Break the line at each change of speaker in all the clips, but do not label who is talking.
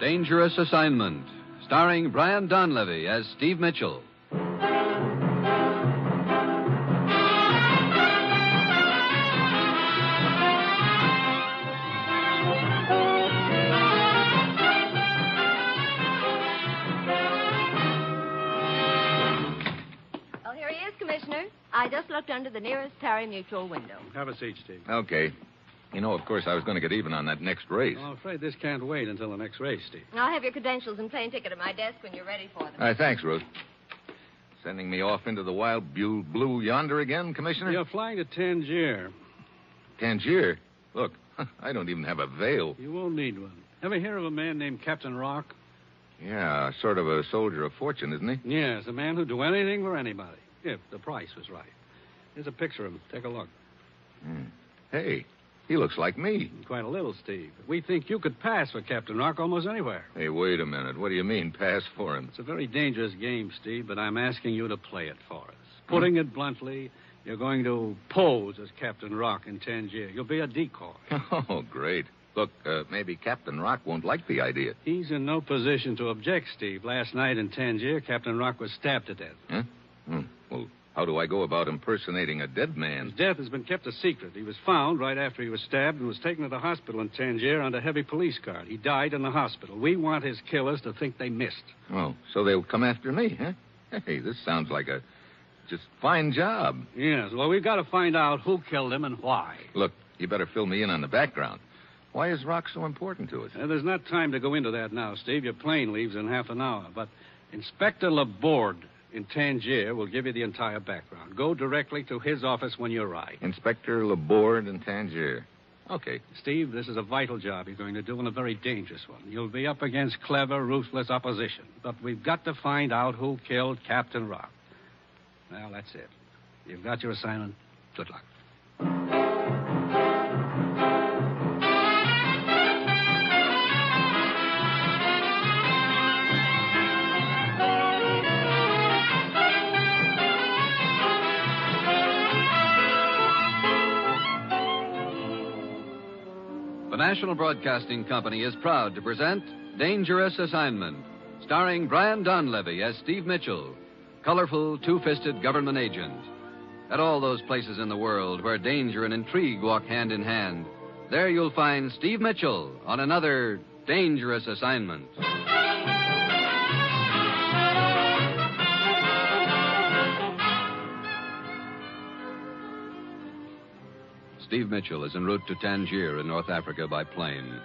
Dangerous Assignment, starring Brian Donlevy as Steve Mitchell.
Oh, here he is, Commissioner. I just looked under the nearest pari mutual window.
Have a seat, Steve.
Okay. You know, of course, I was going to get even on that next race.
I'm afraid this can't wait until the next race, Steve.
I'll have your credentials and plane ticket at my desk when you're ready for them.
Uh, thanks, Ruth. Sending me off into the wild bu- blue yonder again, Commissioner?
You're flying to Tangier.
Tangier? Look, I don't even have a veil.
You won't need one. Ever hear of a man named Captain Rock?
Yeah, sort of a soldier of fortune, isn't he?
Yes, a man who'd do anything for anybody, if the price was right. Here's a picture of him. Take a look.
Hmm. Hey, he looks like me.
Quite a little, Steve. We think you could pass for Captain Rock almost anywhere.
Hey, wait a minute. What do you mean, pass for him?
It's a very dangerous game, Steve, but I'm asking you to play it for us.
Hmm.
Putting it bluntly, you're going to pose as Captain Rock in Tangier. You'll be a decoy.
Oh, great. Look, uh, maybe Captain Rock won't like the idea.
He's in no position to object, Steve. Last night in Tangier, Captain Rock was stabbed to death.
Hmm. Well, how do I go about impersonating a dead
His
man?
death has been kept a secret. He was found right after he was stabbed and was taken to the hospital in Tangier under heavy police guard. He died in the hospital. We want his killers to think they missed.
Oh, so they'll come after me, huh? Hey, this sounds like a just fine job.
Yes, well, we've got to find out who killed him and why.
Look, you better fill me in on the background. Why is Rock so important to us?
Uh, there's not time to go into that now, Steve. Your plane leaves in half an hour. But Inspector Laborde in Tangier will give you the entire background. Go directly to his office when you arrive.
Inspector Laborde in Tangier. Okay.
Steve, this is a vital job you're going to do and a very dangerous one. You'll be up against clever, ruthless opposition. But we've got to find out who killed Captain Rock. Well, that's it. You've got your assignment. Good luck.
The National Broadcasting Company is proud to present Dangerous Assignment, starring Brian Donlevy as Steve Mitchell, colorful, two fisted government agent. At all those places in the world where danger and intrigue walk hand in hand, there you'll find Steve Mitchell on another Dangerous Assignment. Steve Mitchell is en route to Tangier in North Africa by plane.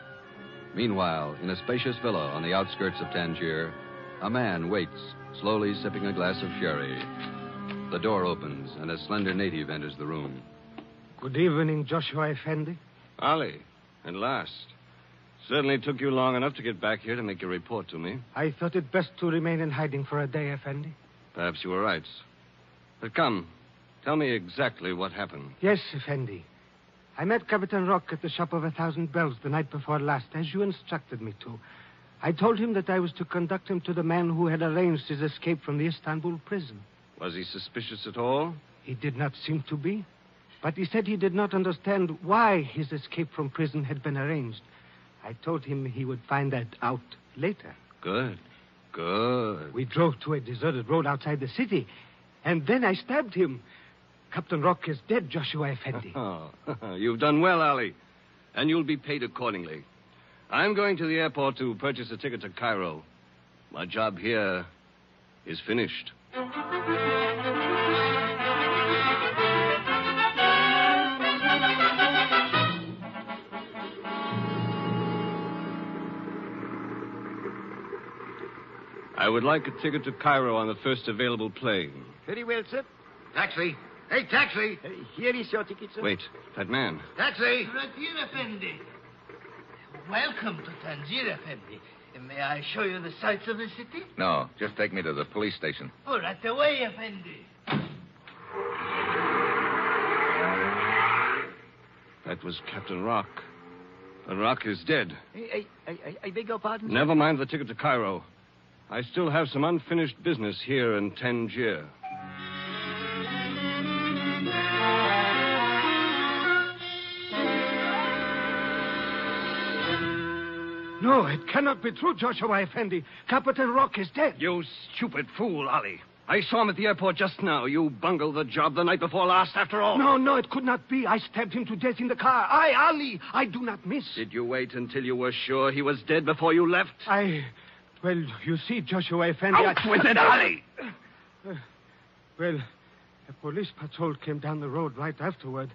Meanwhile, in a spacious villa on the outskirts of Tangier, a man waits, slowly sipping a glass of sherry. The door opens, and a slender native enters the room.
Good evening, Joshua Effendi.
Ali, at last. Certainly took you long enough to get back here to make your report to me.
I thought it best to remain in hiding for a day, Effendi.
Perhaps you were right. But come, tell me exactly what happened.
Yes, Effendi. I met Captain Rock at the shop of a thousand bells the night before last, as you instructed me to. I told him that I was to conduct him to the man who had arranged his escape from the Istanbul prison.
Was he suspicious at all?
He did not seem to be, but he said he did not understand why his escape from prison had been arranged. I told him he would find that out later.
Good. Good.
We drove to a deserted road outside the city, and then I stabbed him. Captain Rock is dead, Joshua Effendi.
Oh, you've done well, Ali. And you'll be paid accordingly. I'm going to the airport to purchase a ticket to Cairo. My job here is finished. I would like a ticket to Cairo on the first available plane.
Very well, sir.
Taxi. Hey, taxi.
Uh, here is your ticket, sir.
Wait, that man.
Taxi.
Right here, Effendi. Welcome to Tangier, Effendi. May I show you the sights of the city?
No, just take me to the police station.
Oh, right away, Effendi.
That was Captain Rock. But Rock is dead.
I, I, I, I beg your pardon?
Never mind the ticket to Cairo. I still have some unfinished business here in Tangier.
No, it cannot be true, Joshua Effendi. Captain Rock is dead.
You stupid fool, Ali. I saw him at the airport just now. You bungled the job the night before last, after all.
No, no, it could not be. I stabbed him to death in the car. I, Ali, I do not miss.
Did you wait until you were sure he was dead before you left?
I. Well, you see, Joshua Effendi.
Out
I-
with it, Ali!
Well, a police patrol came down the road right afterward.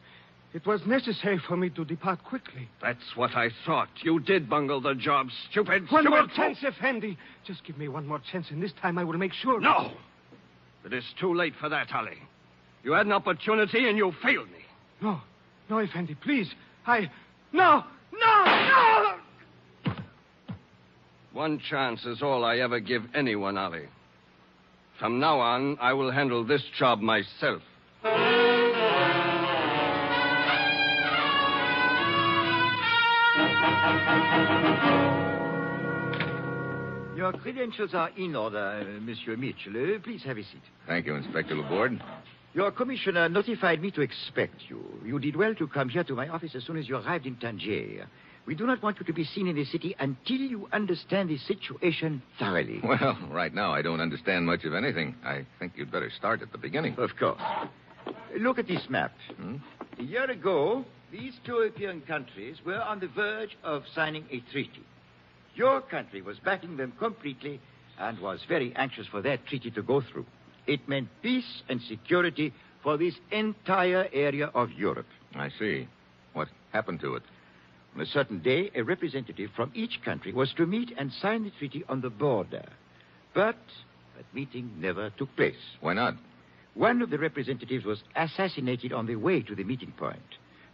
It was necessary for me to depart quickly.
That's what I thought. You did bungle the job, stupid,
One more
stupid fool.
chance, Effendi. Just give me one more chance, and this time I will make sure.
No! It is too late for that, Ali. You had an opportunity and you failed me.
No, no, Effendi, please. I. No, no, no!
One chance is all I ever give anyone, Ali. From now on, I will handle this job myself.
Your credentials are in order, uh, Monsieur Mitchell. Uh, please have a seat.
Thank you, Inspector Laborde.
Your commissioner notified me to expect you. You did well to come here to my office as soon as you arrived in Tangier. We do not want you to be seen in the city until you understand the situation thoroughly.
Well, right now I don't understand much of anything. I think you'd better start at the beginning.
Of course. Look at this map.
Hmm?
A year ago, these two European countries were on the verge of signing a treaty. Your country was backing them completely and was very anxious for that treaty to go through. It meant peace and security for this entire area of Europe.
I see. What happened to it?
On a certain day, a representative from each country was to meet and sign the treaty on the border. But that meeting never took place.
Why not?
One of the representatives was assassinated on the way to the meeting point.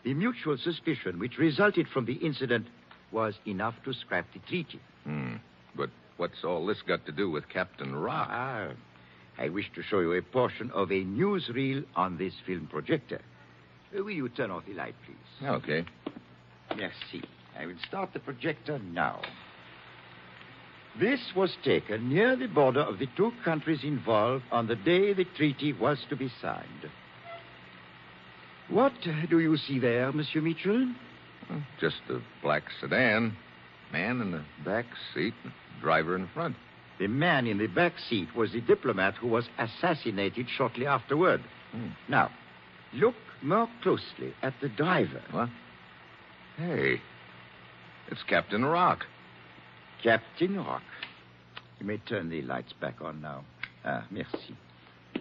The mutual suspicion which resulted from the incident was enough to scrap the treaty.
Hmm. But what's all this got to do with Captain Rock?
Ah, I wish to show you a portion of a newsreel on this film projector. Uh, Will you turn off the light, please?
Okay.
Merci. I will start the projector now. This was taken near the border of the two countries involved on the day the treaty was to be signed. What uh, do you see there, Monsieur Mitchell?
Well, Just a black sedan. Man in the back seat, driver in front.
The man in the back seat was the diplomat who was assassinated shortly afterward.
Hmm.
Now, look more closely at the driver.
What? Hey, it's Captain Rock.
Captain Rock. You may turn the lights back on now. Ah, merci.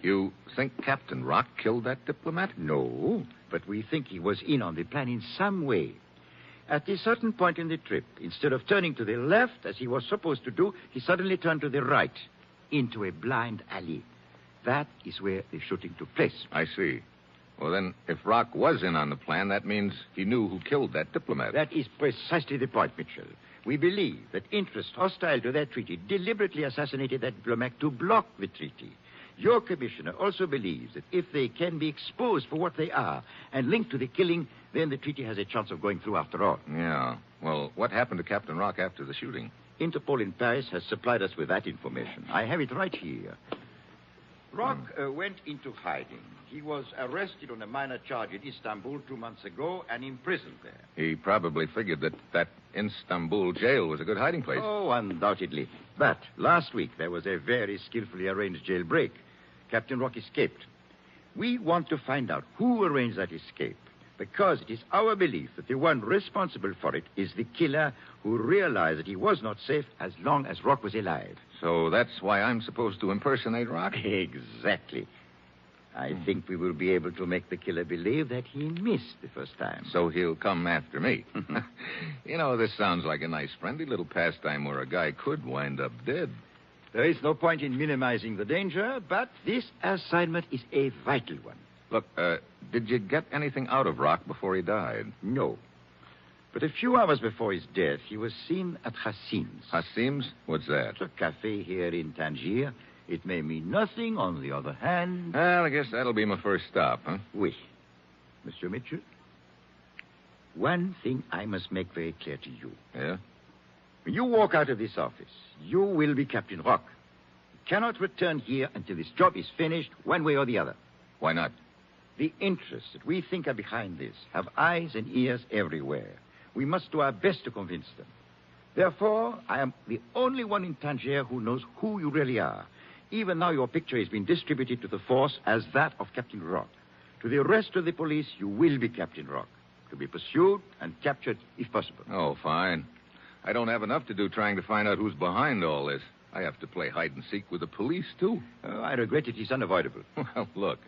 You think Captain Rock killed that diplomat?
No, but we think he was in on the plan in some way. At a certain point in the trip, instead of turning to the left as he was supposed to do, he suddenly turned to the right, into a blind alley. That is where the shooting took place.
I see. Well, then, if Rock was in on the plan, that means he knew who killed that diplomat.
That is precisely the point, Mitchell. We believe that interests hostile to that treaty deliberately assassinated that diplomat to block the treaty. Your commissioner also believes that if they can be exposed for what they are and linked to the killing, then the treaty has a chance of going through after all.
Yeah. Well, what happened to Captain Rock after the shooting?
Interpol in Paris has supplied us with that information. I have it right here. Rock uh, went into hiding. He was arrested on a minor charge in Istanbul two months ago and imprisoned there.
He probably figured that that Istanbul jail was a good hiding place.
Oh, undoubtedly. But last week there was a very skillfully arranged jailbreak. Captain Rock escaped. We want to find out who arranged that escape because it is our belief that the one responsible for it is the killer who realized that he was not safe as long as Rock was alive.
So that's why I'm supposed to impersonate Hmm. Rock?
Exactly. I think we will be able to make the killer believe that he missed the first time.
So he'll come after me. you know, this sounds like a nice, friendly little pastime where a guy could wind up dead.
There is no point in minimizing the danger, but this assignment is a vital one.
Look, uh, did you get anything out of Rock before he died?
No. But a few hours before his death, he was seen at Hassim's.
Hassim's? What's that?
It's a cafe here in Tangier. It may mean nothing. On the other hand,
Well, I guess that'll be my first stop, huh?
oui. Monsieur Mitchell, one thing I must make very clear to you.
Yeah?
When you walk out of this office, you will be Captain Rock. You cannot return here until this job is finished, one way or the other.
Why not?
The interests that we think are behind this have eyes and ears everywhere. We must do our best to convince them. Therefore, I am the only one in Tangier who knows who you really are. Even now, your picture has been distributed to the force as that of Captain Rock. To the rest of the police, you will be Captain Rock, to be pursued and captured if possible.
Oh, fine. I don't have enough to do trying to find out who's behind all this. I have to play hide and seek with the police, too.
Oh, I regret it is unavoidable.
Well, look.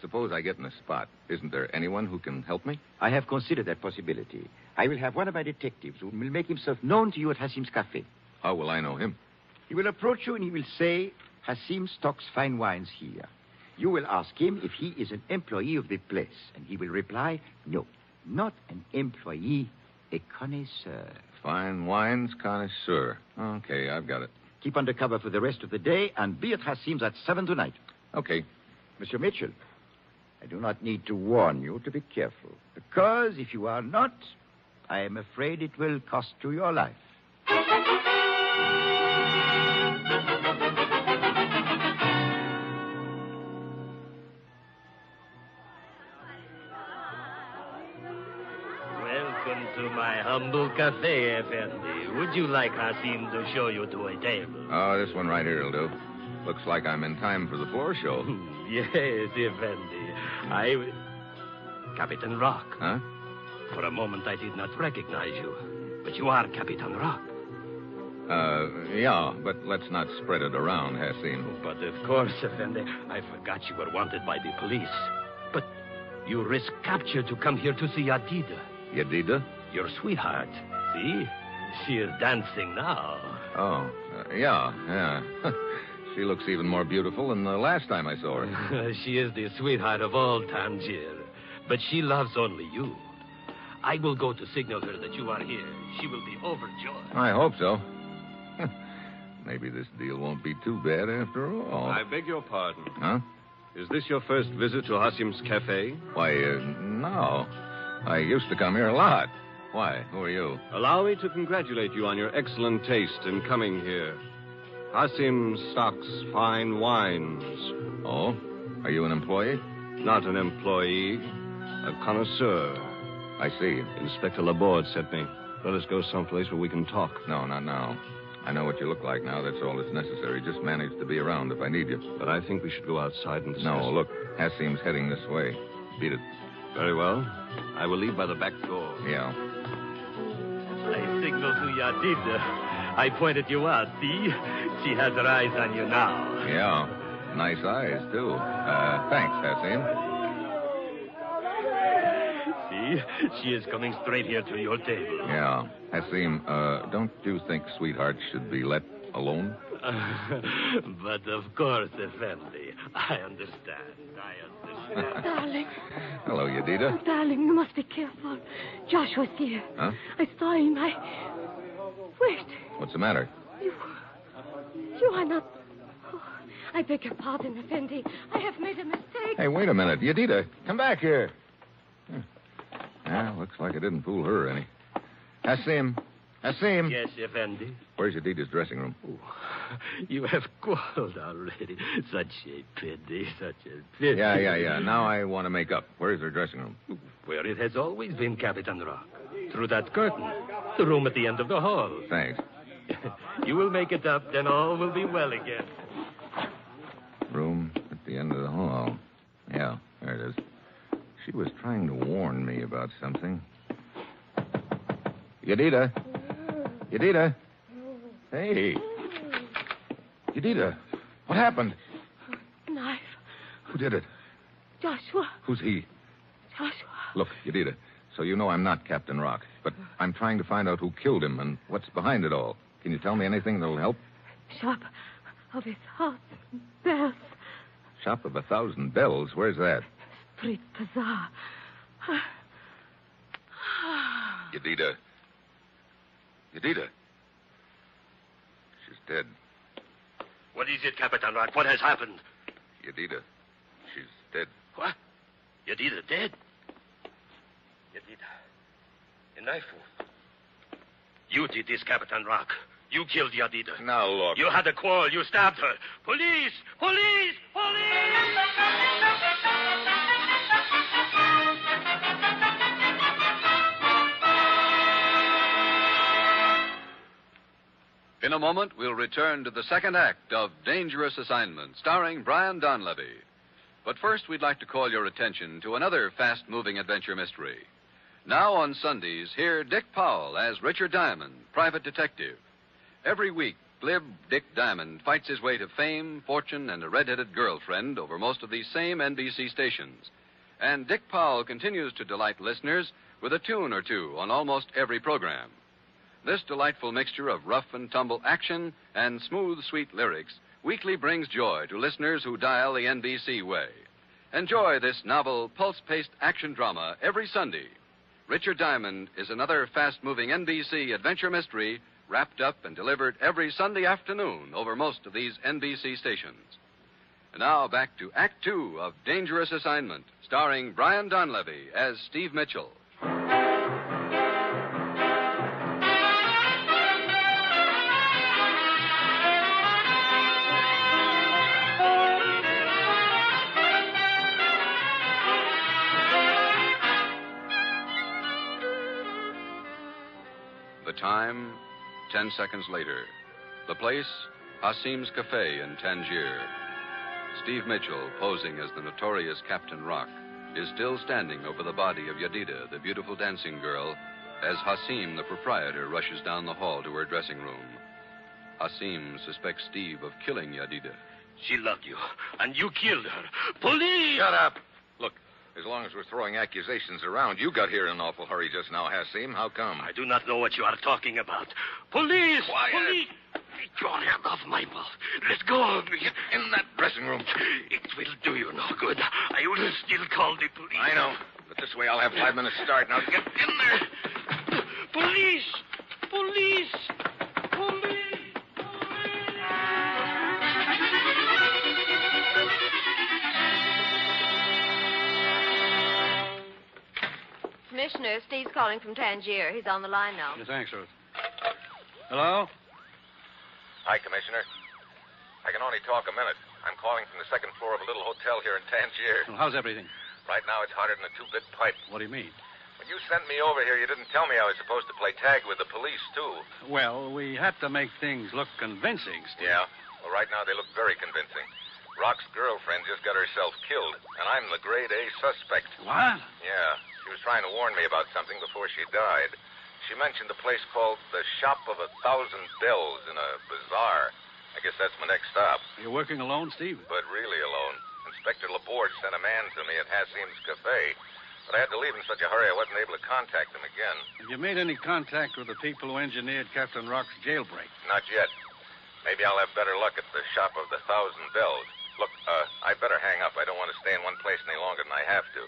Suppose I get in a spot. Isn't there anyone who can help me?
I have considered that possibility. I will have one of my detectives who will make himself known to you at Hassim's cafe.
How will I know him?
He will approach you and he will say, Hassim stocks fine wines here. You will ask him if he is an employee of the place, and he will reply, no, not an employee, a connoisseur.
Fine wines connoisseur. Okay, I've got it.
Keep under cover for the rest of the day and be at Hassim's at seven tonight.
Okay.
Monsieur Mitchell, I do not need to warn you to be careful, because if you are not, I am afraid it will cost you your life.
Welcome to my humble cafe, Effendi. Would you like Hassim to show you to a table?
Oh, this one right here will do. Looks like I'm in time for the floor show.
yes, Effendi. I. w- Captain Rock.
Huh?
For a moment, I did not recognize you. But you are Captain Rock.
Uh, yeah, but let's not spread it around, Hassim.
But of course, Effendi, I forgot you were wanted by the police. But you risk capture to come here to see Adida,
Yadida?
your sweetheart. See? She is dancing now.
Oh, uh, yeah, yeah. she looks even more beautiful than the last time I saw her.
she is the sweetheart of all Tangier, but she loves only you. I will go to signal her that you are here. She will be overjoyed.
I hope so. Maybe this deal won't be too bad after all.
I beg your pardon.
Huh?
Is this your first visit to Hassim's cafe?
Why, uh, no. I used to come here a lot. Why? Who are you?
Allow me to congratulate you on your excellent taste in coming here. Hassim stocks fine wines.
Oh, are you an employee?
Not an employee, a connoisseur.
I see.
Inspector Laborde sent me. Let us go someplace where we can talk.
No, not now. I know what you look like now. That's all that's necessary. Just manage to be around if I need you.
But I think we should go outside and discuss.
No, look. Hassim's heading this way. Beat it.
Very well. I will leave by the back door.
Yeah.
I signal to Yadida. I pointed you out, see? She has her eyes on you now.
Yeah. Nice eyes, too. Uh, thanks, Hassim.
See? She is coming straight here to your table.
Yeah. Hassim, uh, don't you think sweethearts should be let alone?
but of course, Effendi, I understand. I understand.
Darling,
Hello, Yadida.
oh, darling, you must be careful. Joshua's here.
Huh?
I saw him. I. Wait.
What's the matter?
You. You are not. Oh, I beg your pardon, Effendi. I have made a mistake.
Hey, wait a minute. Yadida, come back here. Hmm. Yeah, looks like I didn't fool her any. Hassim. Hassim.
yes, Effendi.
Where's Yadida's dressing room?
Oh, you have quarreled already. Such a pity, such a pity.
Yeah, yeah, yeah. Now I want to make up. Where's her dressing room?
Where it has always been, Captain Rock. Through that curtain. The room at the end of the hall.
Thanks.
you will make it up, then all will be well again.
Room at the end of the hall. Yeah, there it is. She was trying to warn me about something. Yadida. Yadida. Hey. Yadida. What happened?
Knife.
Who did it?
Joshua.
Who's he?
Joshua.
Look, Yadida, so you know I'm not Captain Rock, but I'm trying to find out who killed him and what's behind it all. Can you tell me anything that'll help?
Shop of his house. Bells.
Shop of a Thousand Bells, where's that?
Street Bazaar.
Yadida. Yadida. She's dead.
What is it, Captain Rock? What has happened?
Yadida. She's dead.
What? Yadida dead? Yadida. A knife. You did this, Captain Rock. You killed Yadida.
Now, look.
You had a quarrel. You stabbed her. Police! Police! Police!
In a moment, we'll return to the second act of Dangerous Assignment, starring Brian Donlevy. But first, we'd like to call your attention to another fast moving adventure mystery. Now on Sundays, hear Dick Powell as Richard Diamond, private detective. Every week, glib Dick Diamond fights his way to fame, fortune, and a red headed girlfriend over most of these same NBC stations. And Dick Powell continues to delight listeners with a tune or two on almost every program. This delightful mixture of rough and tumble action and smooth, sweet lyrics weekly brings joy to listeners who dial the NBC way. Enjoy this novel, pulse paced action drama every Sunday. Richard Diamond is another fast moving NBC adventure mystery wrapped up and delivered every Sunday afternoon over most of these NBC stations. And now back to Act Two of Dangerous Assignment, starring Brian Donlevy as Steve Mitchell. The time, ten seconds later. The place, Hassim's Cafe in Tangier. Steve Mitchell, posing as the notorious Captain Rock, is still standing over the body of Yadida, the beautiful dancing girl, as Hassim, the proprietor, rushes down the hall to her dressing room. Hassim suspects Steve of killing Yadida.
She loved you, and you killed her. Police!
Shut up. Look, as long as we're throwing accusations around, you got here in an awful hurry just now, Hassim. How come?
I do not know what you are talking about. Police!
Quiet.
Police! Take your hand off my mouth. Let go of me.
In that dressing room.
It will do you no good. I will still call the police.
I know. But this way I'll have five minutes start. Now get in there.
Police! Police! Police!
Commissioner, Steve's calling from Tangier. He's on the line now.
Yes, thanks, Ruth. Hello?
Hi, Commissioner. I can only talk a minute. I'm calling from the second floor of a little hotel here in Tangier.
Well, how's everything?
Right now it's hotter than a two-bit pipe.
What do you mean?
When you sent me over here, you didn't tell me I was supposed to play tag with the police, too.
Well, we had to make things look convincing, Steve.
Yeah? Well, right now they look very convincing. Rock's girlfriend just got herself killed, and I'm the grade A suspect.
What?
Yeah. She was trying to warn me about something before she died. She mentioned a place called the Shop of a Thousand Bells in a bazaar. I guess that's my next stop.
You're working alone, Steve?
But really alone. Inspector Laborde sent a man to me at Hassim's Cafe. But I had to leave in such a hurry I wasn't able to contact him again.
Have you made any contact with the people who engineered Captain Rock's jailbreak?
Not yet. Maybe I'll have better luck at the Shop of the Thousand Bells. Look, uh, I better hang up. I don't want to stay in one place any longer than I have to.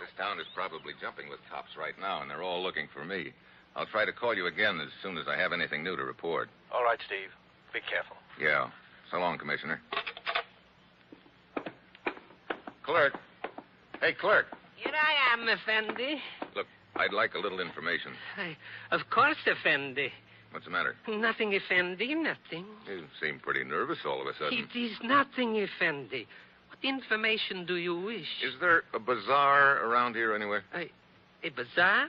This town is probably jumping with cops right now, and they're all looking for me. I'll try to call you again as soon as I have anything new to report.
All right, Steve. Be careful.
Yeah. So long, Commissioner. Clerk. Hey, clerk.
Here I am, Effendi.
Look, I'd like a little information.
I, of course, Effendi.
What's the matter?
Nothing, Effendi, nothing.
You seem pretty nervous all of a sudden.
It is nothing, Effendi. What information do you wish?
Is there a bazaar around here anywhere?
I, a bazaar?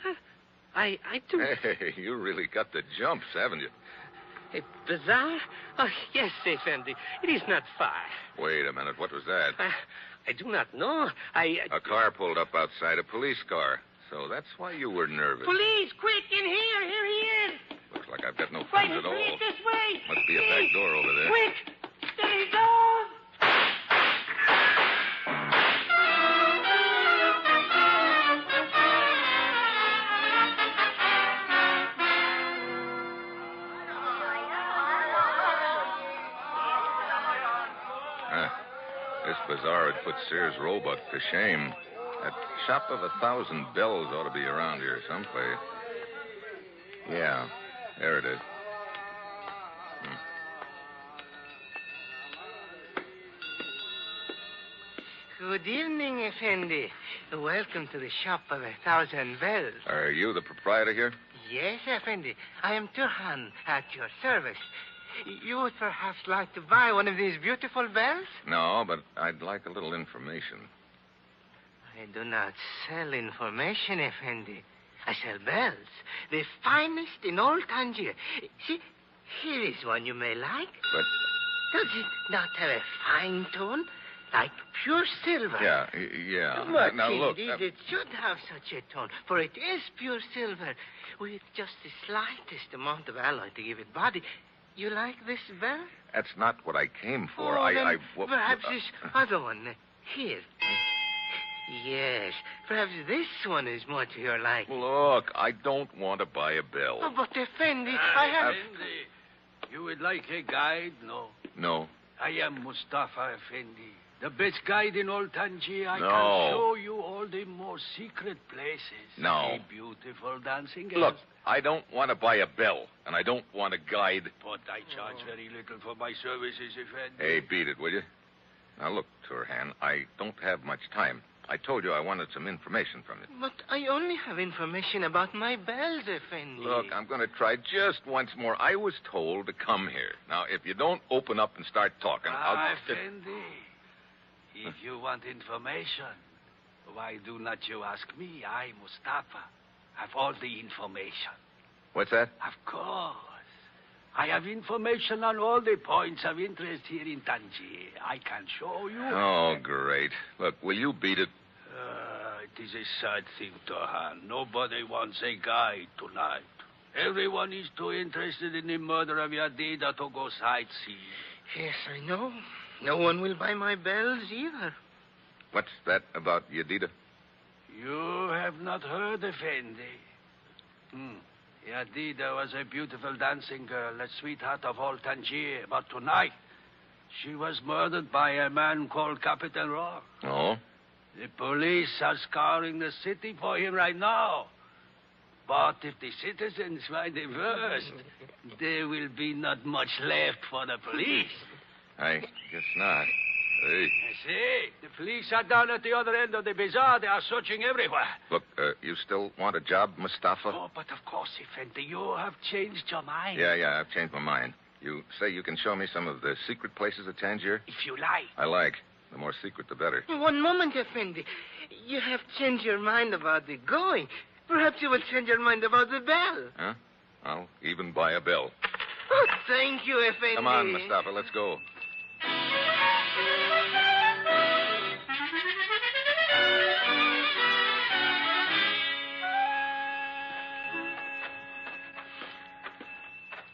I, I do.
Hey, you really got the jumps, haven't you?
A bazaar? Oh, yes, Effendi. It is not far.
Wait a minute. What was that?
I, I do not know. I.
A car pulled up outside, a police car. So that's why you were nervous.
Police, quick, in here. Here he is.
Looks like I've got no
Wait,
friends at all.
police, this way.
Must be a back door over there.
Quick. There he goes.
Huh. This bazaar had put Sears Roebuck to shame. That shop of a thousand bells ought to be around here someplace. Yeah, there it is.
Good evening, Effendi. Welcome to the shop of a thousand bells.
Are you the proprietor here?
Yes, Effendi. I am Turhan, at your service. You would perhaps like to buy one of these beautiful bells?
No, but I'd like a little information.
I do not sell information, Effendi. I sell bells, the finest in all Tangier. See, Here is one you may like.
But
Does it not have a fine tone? Like pure silver.
yeah, y- yeah.
But
now look.
indeed,
uh,
it should have such a tone, for it is pure silver, with just the slightest amount of alloy to give it body. You like this bell?
that's not what I came for.
Oh,
I,
then
I well,
perhaps
uh, Hmm.
this other one. Here. Yes, perhaps this one is more to your liking.
uh, Look, I don't want to buy a bell.
Oh, but Effendi, I
Aye,
Uh,
have...
Effendi. You would like a guide? No.
No.
I am Mustafa Effendi, the best guide in all Tangier. I
No.
can show you all the more secret places.
No.
The beautiful dancing.
Look,
girls.
I don't want to buy a bell, and I don't want a guide.
But I charge very little for my services, Effendi.
Hey, beat it, will you? Now, look, Turhan, I don't have much time. I told you I wanted some information from you.
But I only have information about my bells, Effendi.
Look, I'm going to try just once more. I was told to come here. Now, if you don't open up and start talking,
Ah,
I'll.
Effendi, if you want information, why do not you ask me? I, Mustafa, have all the information.
What's that?
Ah,
Of course. I have information on all the points of interest here in Tangier. I can show you.
Oh, great. Look, will you beat it?
Ah, it is a sad thing, Tohan. Nobody wants a guide tonight. Everyone is too interested in the murder of Yadida to go sightseeing.
Yes, I know. No one will buy my bells either.
What's that about Yadida?
You have not heard of Fendi. Hmm. Yadida was a beautiful dancing girl, a sweetheart of all Tangier. But tonight, she was murdered by a man called Captain Rock.
Oh?
The police are scouring the city for him right now. But if the citizens find the worst, there will be not much left for the police.
I guess not. Hey.
You see, the police are down at the other end of the bazaar. They are searching everywhere.
Look, uh, you still want a job, Mustafa?
Oh, but of course, Effendi, you have changed your mind.
Yeah, yeah, I've changed my mind. You say you can show me some of the secret places of Tangier?
If you like.
I like. The more secret, the better.
One moment, Effendi. You have changed your mind about the going. Perhaps you will change your mind about the bell.
Huh? I'll even buy a bell.
Oh, thank you, Effendi.
Come on, Mustafa, let's go.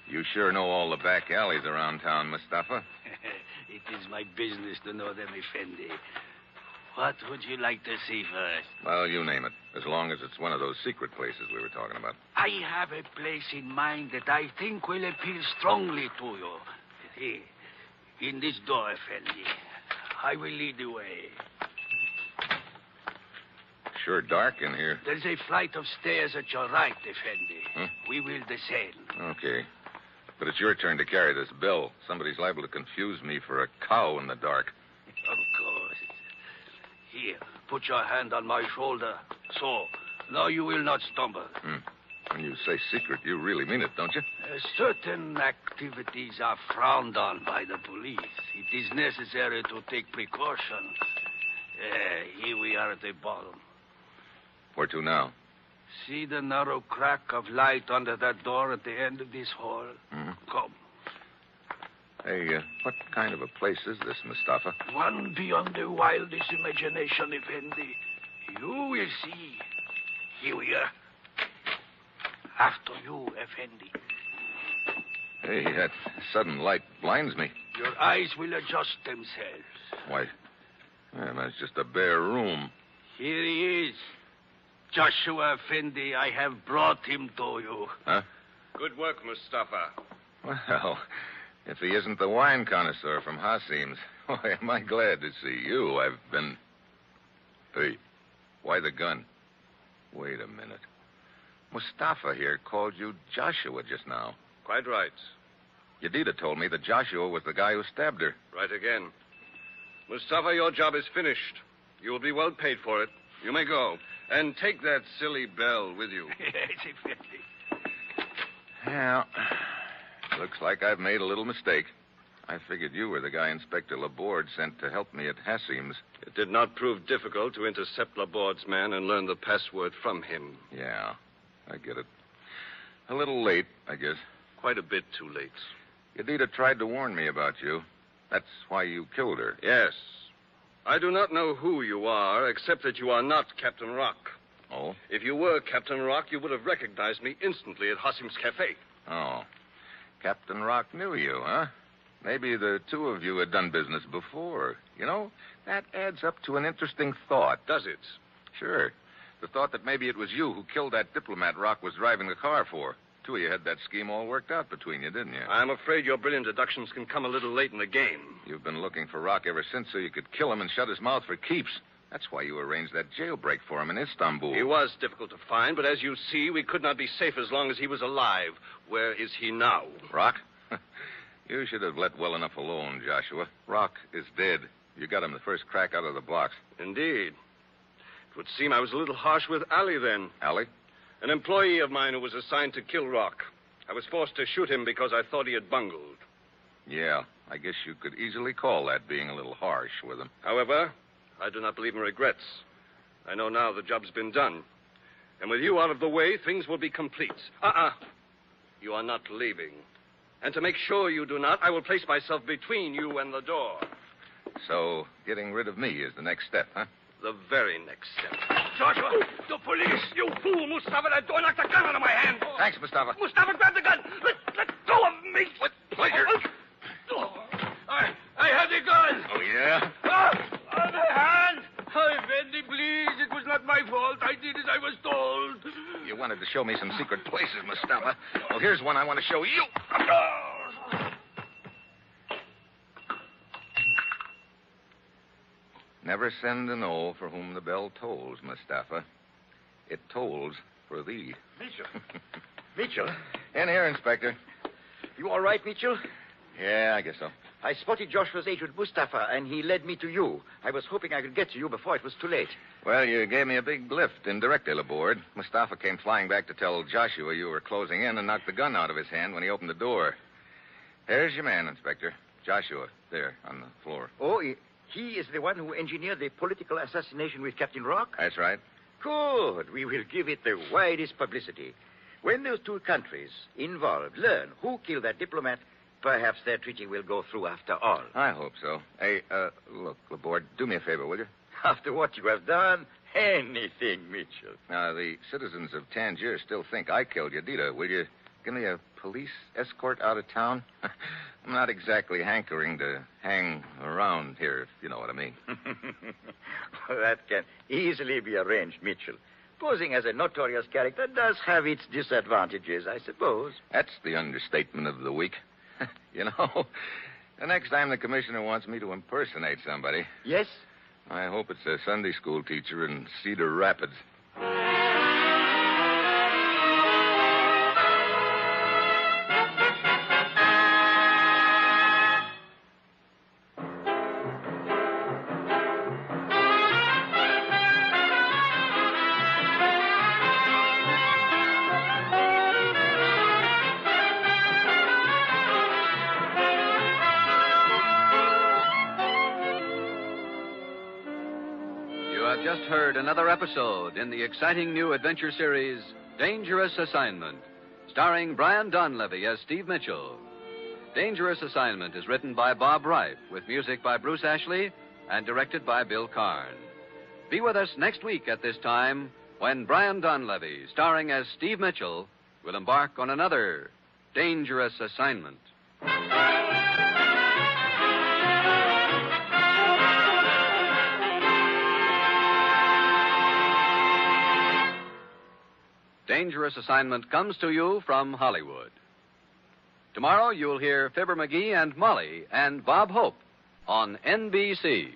You sure know all the back alleys around town, Mustafa.
it is my business to know them, Effendi. What would you like to see first?
Well, you name it, as long as it's one of those secret places we were talking about.
I have a place in mind that I think will appeal strongly to you. Here, in this door, Effendi. I will lead the way.
Sure dark in here.
There is a flight of stairs at your right, Effendi.
Huh?
We will descend.
Okay. But it's your turn to carry this bell. Somebody's liable to confuse me for a cow in the dark.
Of course. Here, put your hand on my shoulder. So, now you will not stumble.
When you say secret, you really mean it, don't you?
Uh, certain activities are frowned on by the police. It is necessary to take precautions. Uh, here we are at the bottom.
Where to now?
See the narrow crack of light under that door at the end of this hall?
Mhm.
Come.
Hey, uh, what kind of a place is this, Mustafa?
One beyond the wildest imagination, Effendi. You will see. Here we are. After you, Effendi.
Hey, that sudden light blinds me.
Your eyes will adjust themselves.
Why, man, that's just a bare room.
Here he is. Joshua Effendi, I have brought him to you.
Good work, Mustafa.
Well, if he isn't the wine connoisseur from Hassim's, why, am I glad to see you. I've been. Hey, why the gun? Wait a minute. Mustafa here called you Joshua just now.
Quite right.
Yadida told me that Joshua was the guy who stabbed her.
Right again. Mustafa, your job is finished. You will be well paid for it. You may go. And take that silly bell with you.
yes, Effendi.
Yeah. Looks like I've made a little mistake. I figured you were the guy Inspector Laborde sent to help me at Hassim's.
It did not prove difficult to intercept Laborde's man and learn the password from him.
Yeah, I get it. A little late, I guess.
quite a bit too late.
Yadida tried to warn me about you. That's why you killed her.
Yes. I do not know who you are, except that you are not Captain Rock.
Oh?
If you were Captain Rock, you would have recognized me instantly at Hossim's Cafe.
Oh. Captain Rock knew you, huh? Maybe the two of you had done business before. You know, that adds up to an interesting thought.
Does it?
Sure. The thought that maybe it was you who killed that diplomat Rock was driving the car for. Two of you had that scheme all worked out between you, didn't you?
I'm afraid your brilliant deductions can come a little late in the game.
You've been looking for Rock ever since so you could kill him and shut his mouth for keeps. That's why you arranged that jailbreak for him in Istanbul.
He was difficult to find, but as you see, we could not be safe as long as he was alive. Where is he now?
Rock? you should have let well enough alone, Joshua. Rock is dead. You got him the first crack out of the blocks.
Indeed. It would seem I was a little harsh with Alley then.
Alley?
An employee of mine who was assigned to kill Rock. I was forced to shoot him because I thought he had bungled.
Yeah, I guess you could easily call that being a little harsh with him.
However, I do not believe in regrets. I know now the job's been done. And with you out of the way, things will be complete. Uh uh You are not leaving. And to make sure you do not, I will place myself between you and the door.
So, getting rid of me is the next step, huh?
The very next step.
Joshua, the police, you fool! Mustafa, that door knocked the gun out of my hand.
Thanks, Mustafa.
Mustafa, grab the gun. Let, let go of me. With
pleasure.
I, I have the gun.
Oh, yeah?
Ah, oh, my hand. Oh, Effendi, please. It was not my fault. I did as I was told.
You wanted to show me some secret places, Mustafa. Well, here's one I want to show you.
Ah,
Never send an O for whom the bell tolls, Mustafa. It tolls for thee.
Mitchell. Mitchell.
In here, Inspector.
You all right, Mitchell?
Yeah, I guess so.
I spotted Joshua's agent, Mustafa, and he led me to you. I was hoping I could get to you before it was too late.
Well, you gave me a big lift indirectly aboard. Mustafa came flying back to tell Joshua you were closing in and knocked the gun out of his hand when he opened the door. There's your man, Inspector. Joshua, there, on the floor.
Oh, he, he is the one who engineered the political assassination with Captain Rock?
That's right.
Good. We will give it the widest publicity. When those two countries involved learn who killed that diplomat, perhaps their treaty will go through after all.
I hope so. Hey, uh, look, Laborde, do me a favor, will you?
After what you have done, anything, Mitchell.
Now, the citizens of Tangier still think I killed Yadida. Will you give me a police escort out of town? I'm not exactly hankering to hang around here, if you know what I mean.
that can easily be arranged, Mitchell. Posing as a notorious character does have its disadvantages, I suppose.
That's the understatement of the week. you know, the next time the commissioner wants me to impersonate somebody,
Yes?
I hope it's a Sunday school teacher in Cedar Rapids.
You have just heard another episode in the exciting new adventure series, Dangerous Assignment, starring Brian Donlevy as Steve Mitchell. Dangerous Assignment is written by Bob Reif, with music by Bruce Ashley and directed by Bill Karn. Be with us next week at this time when Brian Donlevy, starring as Steve Mitchell, will embark on another Dangerous Assignment. Dangerous Assignment comes to you from Hollywood. Tomorrow you'll hear Fibber McGee and Molly and Bob Hope on NBC.